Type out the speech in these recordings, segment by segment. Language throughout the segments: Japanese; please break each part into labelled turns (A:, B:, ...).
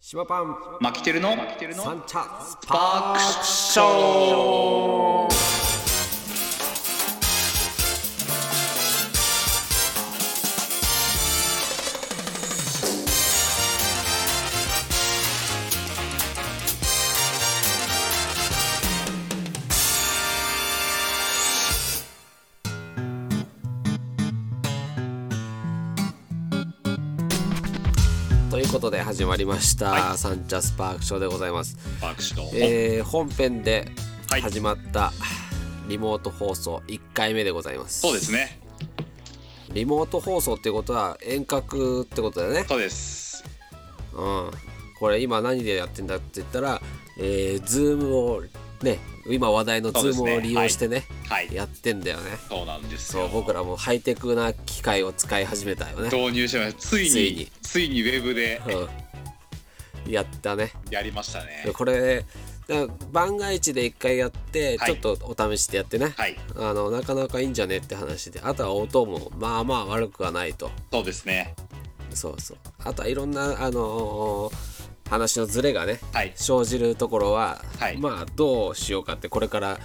A: 島パン
B: マキテルの
A: 三茶ス
B: パークショー
A: ということで始まりました、三茶スパークショーでございます、
B: パークショー、
A: えー、本編で
B: はい
A: 始まったリモート放送1回目でございます
B: そうですね
A: リモート放送ってことは遠隔ってことだよね
B: そうです
A: うんこれ今何でやってんだって言ったらえー、ズームをね今話題のズ
B: そうで
A: ー
B: す
A: ム
B: ね
A: を利用してね
B: はい
A: やってんだよね
B: そうなんです
A: そ
B: よ
A: う僕らもハイテクな機械を使い始めたよね
B: 導入してましたついに
A: つ
B: つ
A: い
B: い
A: に
B: にウェブで
A: うん、やったね
B: やりましたね
A: これだから万が一で一回やって、
B: はい
A: ちょっとお試しでやってね、
B: はい
A: あのなかなかいいんじゃねって話であとは音もまあまあ悪くはないと
B: そうですね
A: そうそうあとはいろんなあのー話のズレがね
B: はい
A: 生じるところは、
B: はい
A: まあどうしようかってこれから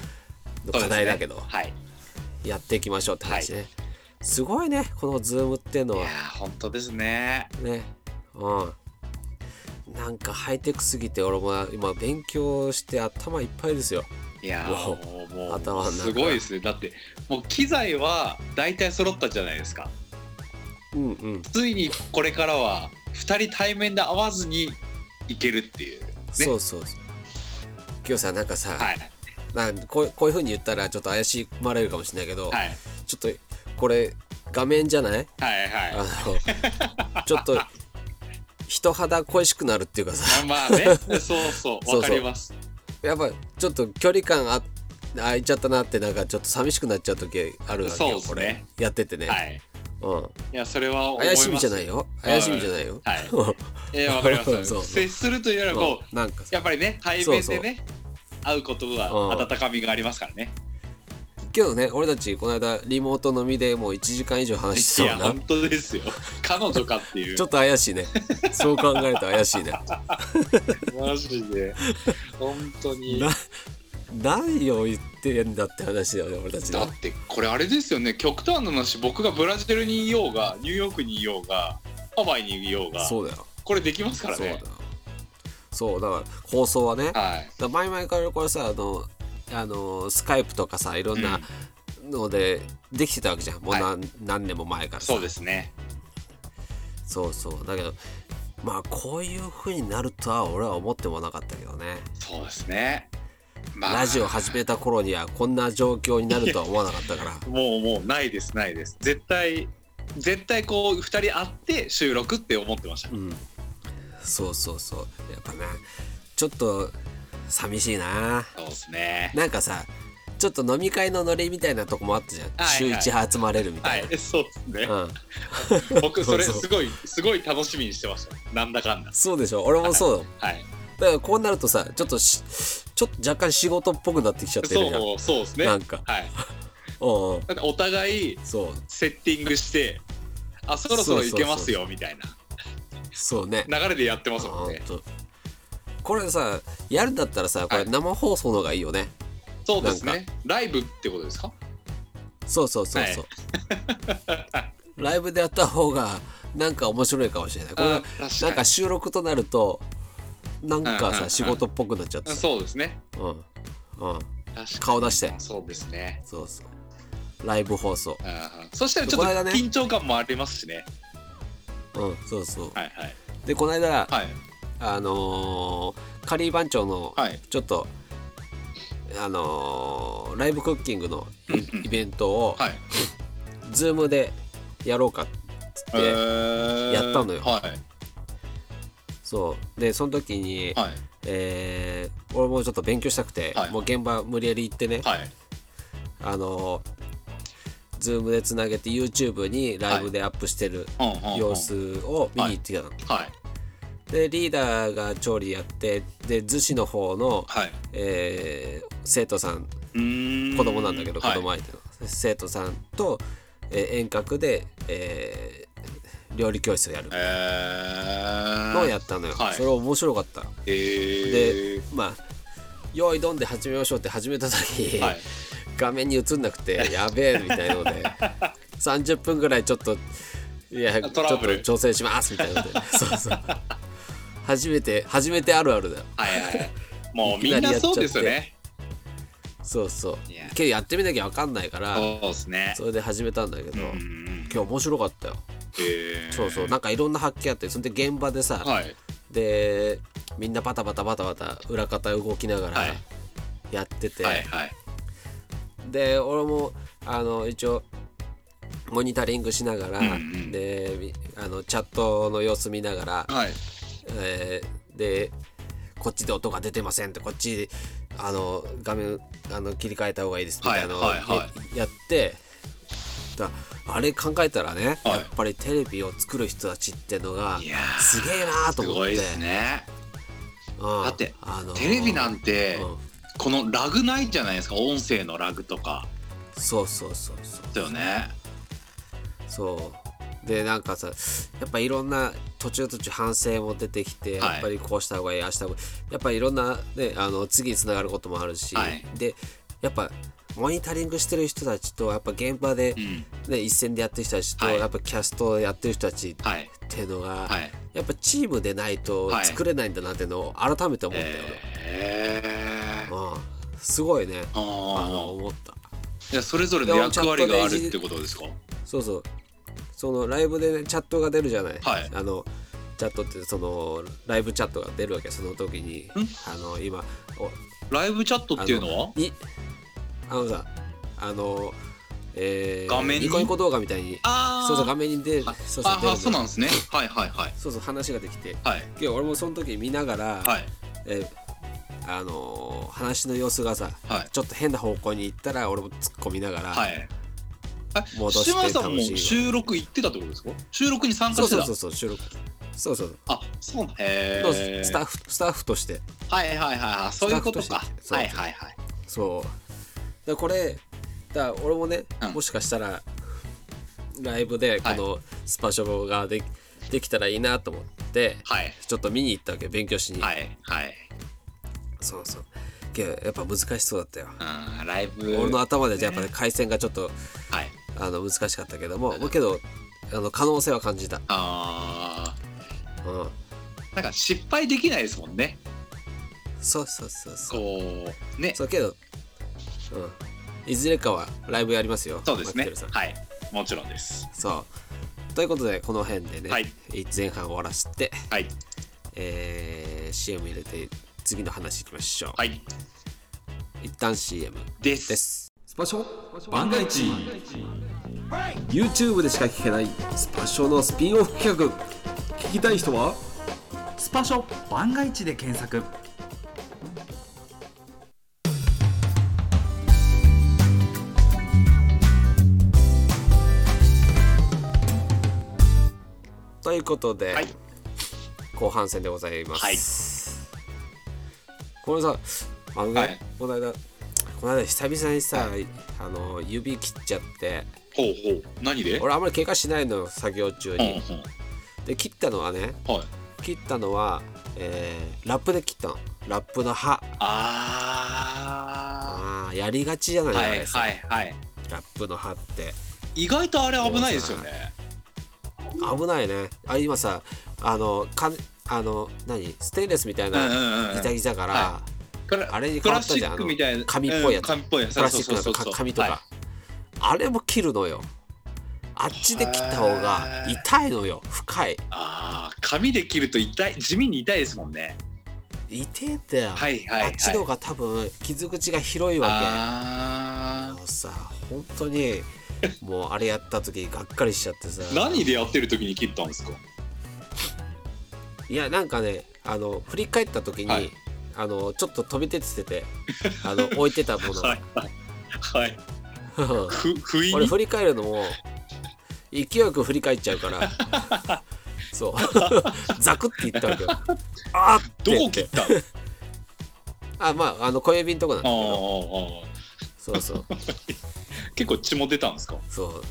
A: の
B: そうです
A: 課
B: ね
A: 題だけど、
B: はい
A: やっていきましょうって話ね、すごいねこのズームっていうの
B: い
A: は
B: やー本当ですね
A: ねうんなんかハイテクすぎて俺も今勉強して頭いっぱいですよ
B: いや
A: も
B: ーもうもう
A: 頭の中
B: すごいですねだってもう機材は大体揃ったじゃないですか
A: うんうん
B: ついにこれからは2人対面で会わずにいけるっていうね
A: そうそうそう今日さなんかさ、
B: はい
A: なんこうこういうふうに言ったらちょっと怪しまれるかもしれないけど、
B: はい
A: ちょっとこれ画面じゃない
B: はいはい
A: あのちょっと人肌恋しくなるっていうかさ
B: あまあ ね、そうそ
A: そう
B: う、わかります。
A: やっぱちょっと距離感あ空いちゃったなってなんかちょっと寂しくなっちゃう時あるわけ
B: そう
A: よ、
B: ですね
A: これやっててね、
B: はい。
A: うん、
B: いや、それは思いま
A: 怪
B: す。
A: しみじゃないよ怪しみじゃないよ、
B: はい。えー、わかりま
A: そうそう
B: す。接するというよりはこう、
A: なんかさ
B: やっぱりね、対面でね、会うことは
A: うん
B: 温かみがありますからね。
A: けどね俺たちこの間リモート飲みでもう1時間以上話し
B: い
A: てた
B: や、
A: もん
B: 本
A: な
B: 当ですよ。彼女かっていう。
A: ちょっと怪しいねそう考えると怪しいね
B: マジで。本当に
A: な。何を言ってんだって話だよね俺たち
B: だ
A: の
B: って、これあれですよね、極端な話、僕がブラジルにいようが、ニューヨークにいようが、ハワイにいようが、
A: そうだよ
B: これできますから
A: そうだ
B: ね
A: よ。そうだから放送はねだか
B: はい。
A: ら前々からこれさあのあのスカイプとかさいろんなのでできてたわけじゃん、もう何,、何年も前からさ
B: そうですね。
A: そうそうだけどまあこういう風になるとは俺は思ってもなかったけどね
B: そうですね。ま
A: ラジオ始めた頃にはこんな状況になるとは思わなかったから
B: もうもうないですないです絶対絶対こう2人会って収録って思ってました
A: うんそうそうそうやっぱねちょっと寂しいな
B: そうですね
A: なんかさちょっと飲み会のノリみたいなとこもあったじゃん、
B: はいはい
A: 週1集まれるみた
B: はいい そうですね
A: な、うん、
B: 僕それ
A: そうそう
B: すごいすごい楽しみにしてましたなんだかんだ
A: そうでしょ俺もそうだもん
B: はい
A: だからこうなるとさちょっとしちょっと若干仕事っぽくなってきちゃってるじゃん
B: そうそうですね
A: な
B: は
A: んか
B: い
A: うんうん
B: だってお互い
A: そう
B: セッティングしてあそろそろいけますよみたい
A: そうね
B: な流れでやってますもんね
A: ほんとこれさやるんだったらさこれ
B: はい
A: 生放送の方がいいよね、
B: そうです
A: なん
B: ねライブってことですか
A: そうそうそうそう、 ライブでやった方がなんか面白いかもしれないこれ
B: あ
A: が
B: 確
A: なん
B: か
A: か収録となるとなん
B: うん
A: か
B: うんう
A: さ
B: ん
A: 仕事っぽくなっちゃって
B: に
A: さ
B: そうですね
A: うんうん
B: 確かに
A: 顔出して
B: そうですね
A: そうそうライブ放送
B: うんうんそしたらちょっ
A: ことの間ね
B: 緊張感もありますしね
A: うんそうそう
B: はいはい
A: でこの間
B: はい
A: あのーカリー番長の
B: はい
A: ちょっとあのーライブクッキングのイ
B: うんうん
A: イベントを
B: はい
A: ズームでやろうかっつって、やったのよ
B: はい
A: そうでその時に、
B: はい
A: えー俺もちょっと勉強したくて、
B: はい
A: もう現場無理やり行ってね、
B: はい
A: あのズームでつなげて YouTube にライブでアップしてる
B: うんうんうん
A: 様子を見に行ってきたの、
B: はい
A: でリーダーが調理やってで逗子の方の、
B: はい
A: えー生徒さん
B: うーん
A: 子供なんだけど子供
B: はい
A: 相手の、生徒さんと、えー遠隔で、えー料理教室をやる
B: え
A: のをやったのよ、
B: はい
A: それ面白かった
B: え
A: で
B: ー、
A: まあ「用意どんで始めましょう」って始めた時、
B: はい
A: 画面に映んなく てやべえみたいので30分ぐらいちょっといや
B: トラブル
A: ちょっと調整しますみたいなので そうそう初めて初めてあるあるだよ
B: はいはいはい もうみんなそうですよね
A: そうそう
B: いや
A: けどやってみなきゃ分かんないから
B: そうですね
A: それで始めたんだけど、
B: うんうんうん
A: 今日面白かったよ
B: えー
A: そうそうなんかいろんな発見あってそれで現場でさ、
B: はい
A: でみんなバタバタバタバタ裏方動きながら
B: はい
A: やってて、
B: はいはい
A: で俺もあの一応モニタリングしながら、
B: うんうん
A: でみあのチャットの様子見ながら、
B: はい
A: えーでこっちで音が出てませんってこっちあの画面あの切り替えた方がいいですみたいなのを
B: はいはいは
A: やってだあれ考えたらね、
B: は
A: や
B: い
A: っぱりテレビを作る人たちってのが
B: いやー
A: すげえなーと
B: す
A: 思っ
B: ごい
A: て
B: ですね
A: うん
B: だって
A: あのー
B: テレビなんて
A: うん
B: このラグないじゃないですか音声のラグとか
A: そうそうそうそう
B: だよね
A: そうでなんかさやっぱいろんな途中途中反省も出てきて、
B: はい
A: やっぱりこうした方がいいああした方がいいやっぱりいろんな、ね、あの次につながることもあるし、
B: はい
A: でやっぱモニタリングしてる人たちとやっぱ現場で
B: う、ん
A: ね一線でやってる人たちと、
B: はい
A: やっぱキャストやってる人たちっ
B: はい
A: ていうのが、
B: はい
A: やっぱチームでないと
B: はい
A: 作れないんだなっていうのを改めて思ったよ、
B: えー、
A: うん、すごいね
B: あ
A: あの
B: ー
A: 思った
B: いやそれぞれの役割があるってことですか
A: そうそうそのライブで、ね、チャットが出るじゃない、
B: はい
A: あのチャットってそのライブチャットが出るわけその時にあの今お
B: ライブチャットっていうのはい
A: あのさあのえー、
B: 画面に
A: ニコニコ動画みたいに
B: あー
A: そうそう画面に出る
B: あ
A: そうそう出る
B: あ
A: の
B: あそうなんですねはいはいはい
A: そうそう話ができて
B: はい
A: で俺もその時見ながら、
B: はい
A: えーあのー話の様子がさ、
B: はい
A: ちょっと変な方向に行ったら俺も突っ込みながら、
B: はいえ
A: 戻して
B: 島
A: 楽しい
B: 田さんも収録行ってたってことですか収録に参加
A: そう
B: して
A: そう
B: た
A: そうそう収録そうそう
B: あそうなんへ
A: の
B: え
A: スタッフスタッフとして
B: はいはいはいはいそういうこと
A: スタッ
B: か
A: フとして
B: はいはいはい
A: そうだこれだ俺もね、
B: うん
A: もしかしたらライブでこ
B: はい
A: のスパショボがで,、できたらいいなと思って
B: はい
A: ちょっと見に行ったわけ勉強しに、
B: はいはい
A: そうそうけどやっぱ難しそうだったよ、
B: うんライブ
A: 俺の
B: は
A: 頭でじゃあやっぱり回線がちょっと
B: い
A: あの難しかったけども、けどあの可能性は感じた、
B: あ
A: うん、
B: ーなんか失敗できないですもんね
A: そうそうそうそう
B: こうね
A: そうけど、うん、いずれかはライブやりますよ
B: そうです
A: マッ
B: ね
A: ケルさん
B: はいもちろんです
A: そう。ということで、この辺でね、
B: はい
A: 前半終わらせて、
B: はい
A: えー CM 入れて、次の話いきましょう。
B: はい
A: 一旦 CM
B: です
A: です。スパショ
C: 万が一
A: YouTube でしか聞けないスパショのスピンオフ企画。聞きたい人は
C: スパショ万が一で検索
A: ということで、
B: はい
A: 後半戦でございます。これさ、あのね、
B: はい
A: この間、この間久々にさ、あの指切っちゃって、
B: ほうほう何で
A: 俺あんまり怪我しないのよ作業中
B: うん
A: に。で切ったのはね
B: うんはい
A: 切ったのは、えーラップで切ったのラップの刃
B: あ
A: あーやりがちじゃない
B: ー
A: で
B: はい
A: すか、
B: はいはい
A: ラップの刃って
B: 意外とあれ危ないですよね
A: 危ないねあ今さあのかあの何ステンレスみたい
B: うんうんうん
A: なん
B: う
A: ギザギザから、
B: は
A: あれに
B: プ
A: 変わ
B: ラ
A: っ
B: ス
A: た
B: チ
A: じゃん
B: ックみたいな
A: あの紙っぽいやつ
B: うん紙っぽいやつ
A: プラスチック
B: そう
A: の
B: そうそうそう
A: か紙とか、
B: はい
A: あれも切るのよあっちで切った方が痛いのよ深い
B: ああ紙で切ると痛い地味に痛いですもんね
A: 痛えんだよ、
B: はいはいは
A: あ
B: い
A: っちの方が多分傷口が広いわけあ
B: あ
A: のさ本当にもうあれやった時がっかりしちゃってさ
B: ー何でやってる時に切ったんですか
A: いやなんかねあの振り返った時に、
B: はい
A: あのちょっと飛び出ててあの置いてたもの、
B: はいはいはいふ不 意
A: 俺
B: に
A: 振り返るのも勢いよく振り返っちゃうから そう ザクっていったわ けよあーって
B: ど
A: 言
B: こ
A: っ
B: 切
A: て
B: った
A: あまああの小指のとこなんだ
B: あ
A: けど
B: ーあー
A: そうそう
B: 結構血も出たんですか
A: そ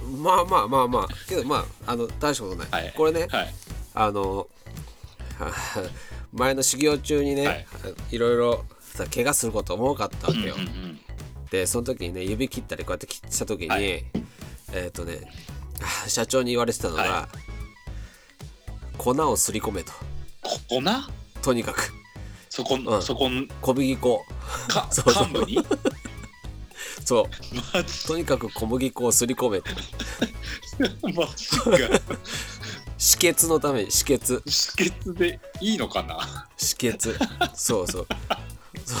A: うまあまあまあまあけどまああの大したことない、
B: はい
A: これね、
B: はい
A: あの 前の修行中にね、
B: はいい、
A: ろいろさ怪我することも多かったわけよ、
B: うんうん
A: でその時にね指切ったりこうやって切った時に、
B: はい
A: えーっ、とね あ社長に言われてたのが、
B: は
A: 粉をすり込めと
B: ここな
A: とにかく
B: そこ、
A: うん
B: そこん
A: 小麦粉
B: か
A: そうそう
B: 幹部に
A: そう
B: マジ
A: とにかく小麦粉をすり込めと
B: マジか
A: 止血のために止血
B: 止血でいいのかな
A: 止血そうそうそ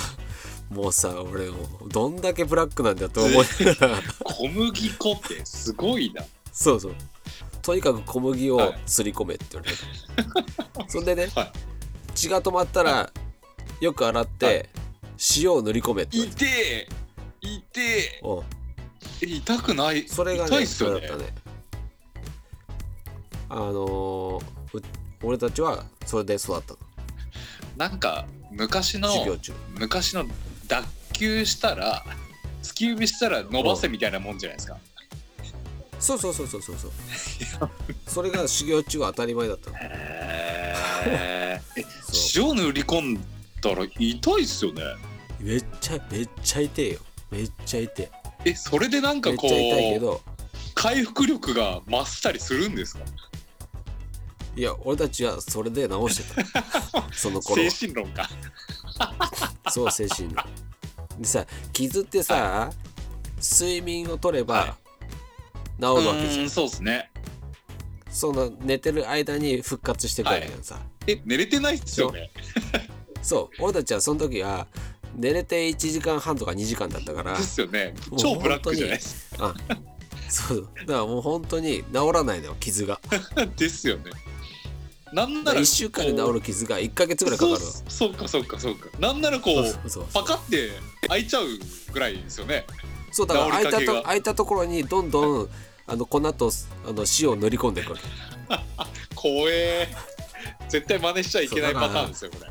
A: うもうさ俺もうどんだけブラックなんだと思いながら
B: 小麦粉ってすごいな
A: そうそうとにかく小麦
B: は
A: を
B: い
A: すり込めって言われてそんでね
B: は
A: 血が止まったらよく洗って、
B: は
A: 塩を塗り込めって言
B: い
A: われて
B: 痛え痛え
A: うん
B: え痛くない
A: それが
B: 痛
A: ね
B: いっすよ
A: そ
B: ね
A: れだったねあのーう俺たちはそれで育ったの
B: なんか昔の
A: 授業中
B: 昔の脱臼したら突き指したら伸ばせみたいなもんじゃないですか、
A: そうそうそうそうそう そうそれが修行中は当たり前だったの
B: へーえ
A: そ
B: 塩塗り込んだら痛いっすよね
A: うめっちゃめっちゃ痛えよめっちゃ痛え
B: えそれでなんか
A: めっ
B: こ
A: ちゃ痛いけ
B: う
A: ど
B: 回復力が増したりするんですか
A: いや俺たちはそれで治して たその頃
B: 精
A: は
B: 神論か
A: そう精神のでさ傷ってさ睡眠を取れば
B: は
A: 治るわけじゃん
B: うーんそうっすね
A: その寝てる間に復活してくわけじゃんさ、
B: え寝れてないっすよね
A: そう俺たちはその時は寝れて1時間半とか2時間だった から
B: ですよね
A: もう
B: 超ブラックじゃないです
A: あそうだからもう本当に治らないのよ傷が
B: か ですよねなんなら
A: 1週間で治る傷が1ヶ月ぐらいかかるわ
B: そうそうかそうかそうかなんならこ
A: そう
B: う
A: そうそう
B: パカって開いちゃうぐらいですよね
A: そうだから
B: 治
A: 空
B: り
A: いた
B: かけ
A: と
B: が
A: 空いたところにどんどんあの粉とあの塩を塗り込んでいくわけ
B: 怖え絶対真似しちゃいけないパターンですよこれ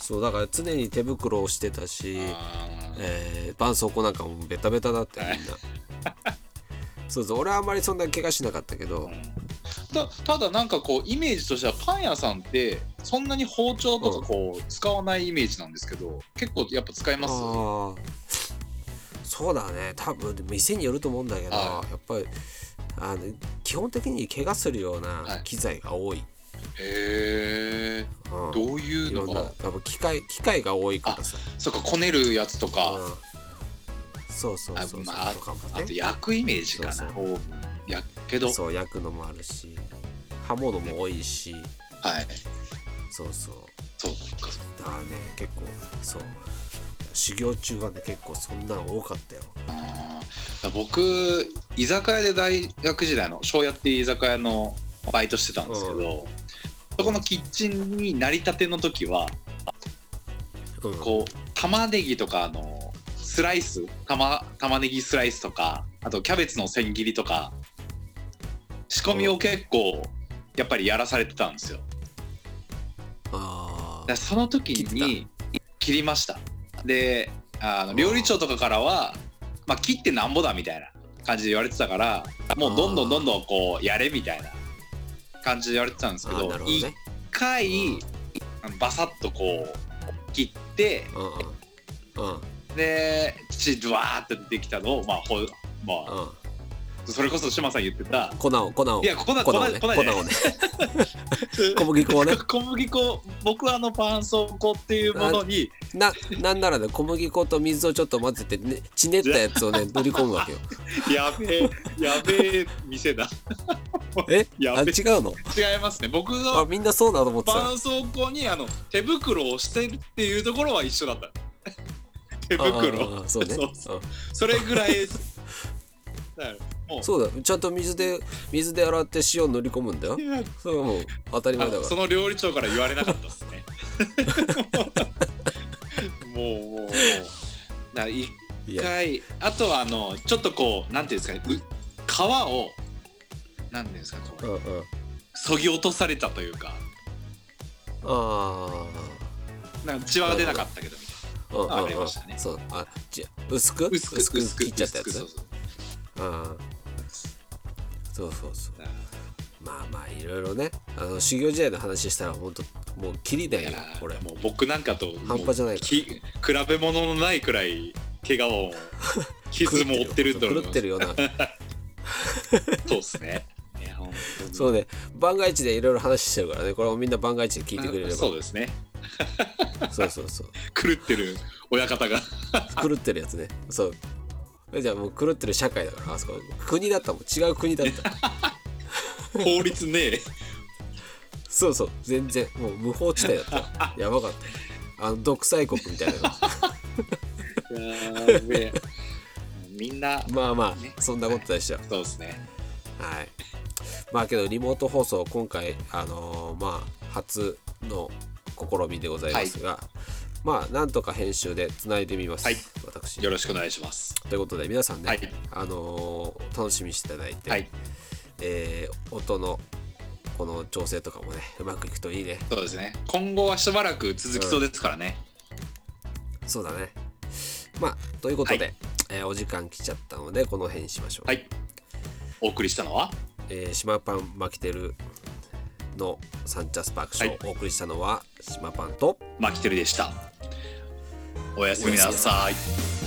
A: そうだから常に手袋をしてたし、
B: あー
A: えー、絆創膏なんかもベタベタだったよみんなそうそう俺はあんまりそんな怪我しなかったけど
B: たただなんかこうイメージとしてはパン屋さんってそんなに包丁とかこう使わないイメージなんですけど結構やっぱ使い
A: あ
B: ます
A: ーそうだね多分店によると思うんだけど、
B: は
A: やっぱりあの基本的に怪我するよう
B: は
A: ない機材が多い、
B: へえ
A: うん
B: どういう
A: いろ
B: の
A: んな
B: が
A: 多分機械機械が多いからさ、
B: そっかこねるやつと
A: う
B: か
A: んそうそう
B: あ
A: そうそう
B: まあ
A: とかも
B: あと
A: ね
B: 焼くイメージかな
A: そう
B: オーブンやけど
A: そう焼くのもあるし刃物も多いし
B: はい
A: そうそう
B: そうかそう
A: だからね結構そう修行中はね結構そんなん多かったよ
B: あー僕居酒屋で大学時代の庄屋っていう居酒屋のバイトしてたんですけど、そこのキッチンになりたての時は
A: うん
B: こう玉ねぎとかあのスライス玉玉ねぎスライスとかあとキャベツの千切りとか仕込みを結構やっぱりやらされてたんですよ。
A: あ
B: だか
A: ー
B: らその時
A: 切
B: に切りました。であの料理長とかからは、まあ、切ってなんぼだみたいな感じで言われてたからもうどんどんどんどんこうやれみたいな感じで言われてたんです
A: あ
B: け
A: ー
B: ど
A: なるほど
B: 一、
A: ね
B: 回
A: うん
B: バサッとこう切って
A: うんうんうん
B: で父ドワーって出てきたのをまあほまあ
A: うん
B: それこそ島さん言ってた
A: 粉を粉を
B: いや粉粉
A: 粉
B: 粉
A: をね
B: ね
A: 粉を
B: 粉じゃない
A: ね小麦粉をね
B: 小麦粉僕はあの絆創膏っていうものに
A: ななんならね小麦粉と水をちょっと混ぜてねちねったやつをね塗り込むわけ よ
B: やべえやべえ店だ
A: え
B: や
A: あ
B: べえ
A: 違うの
B: 違いますね僕
A: あ
B: の
A: みんなそうだと思ってた
B: 絆創膏にあの手袋をしてるっていうところは一緒だった手
A: あーあ
B: 袋
A: ーそうね
B: そうそ
A: うん
B: それぐらいだ からもう
A: そうだちゃんと水で水で洗って塩塗り込むんだよ
B: いや
A: それはもう当たり
B: あ
A: 前だ
B: の
A: か
B: そ
A: ら
B: の料理長から言われなかったです ね。もうもうもう。だから一
A: いや
B: 回あとはあのちょっとこうなんていうんですかねう皮をなんていうんですかこ
A: う
B: うん
A: うん
B: 削ぎ落とされたというか
A: あ
B: なんか血は出なかったけどみたい
A: あ、うんうんうん
B: あありましたね
A: そう、あ、じゃ、薄く、
B: な薄く薄く
A: 切っちゃったや
B: 薄
A: つ
B: くそう。そう
A: うんそうそうそう
B: うん
A: まあまあいろいろねあの修行時代の話したら本当もうキリだ
B: い
A: よ
B: や
A: これ
B: もう僕なんかと
A: 半端じゃない
B: もうき比べ物のないくらい怪 我を傷も負ってるんだろう
A: 狂ってるような
B: そうですねいや本当に
A: そうね番外地でいろいろ話してるからねこれをみんな番外地で聞いてくれれば
B: そうですね
A: そうそうそう
B: 狂ってる親方 が
A: 狂ってるやつねそうえじゃあもう狂ってる社会だからあそこ国だったもん違う国だった
B: 法律ねえ
A: そうそう全然もう無法地帯だったやばかったあの独裁国みたいな感
B: やべえみんな
A: じまあま
B: ね
A: あそんなことでしたよ
B: そうですね
A: はいまあけどリモート放送今回あのーまあ初の試みでございますが、まあなんとか編集でつないでみます、
B: はい
A: 私
B: よろしくお願いします
A: ということで皆さんね、
B: はい
A: あのー楽しみにしていただいて、
B: はい
A: えー音のこの調整とかもねうまくいくといいね
B: そうですね今後はしばらく続きそうですからね、
A: そうだねまあということで、
B: は
A: えーお時間来ちゃったのでこの辺にしましょう、
B: はいお送りしたのは
A: えー島パンマキテルのサンチャスパークショー、
B: は
A: お送りしたのは島パンと
B: マキテルでしたおやすみなさい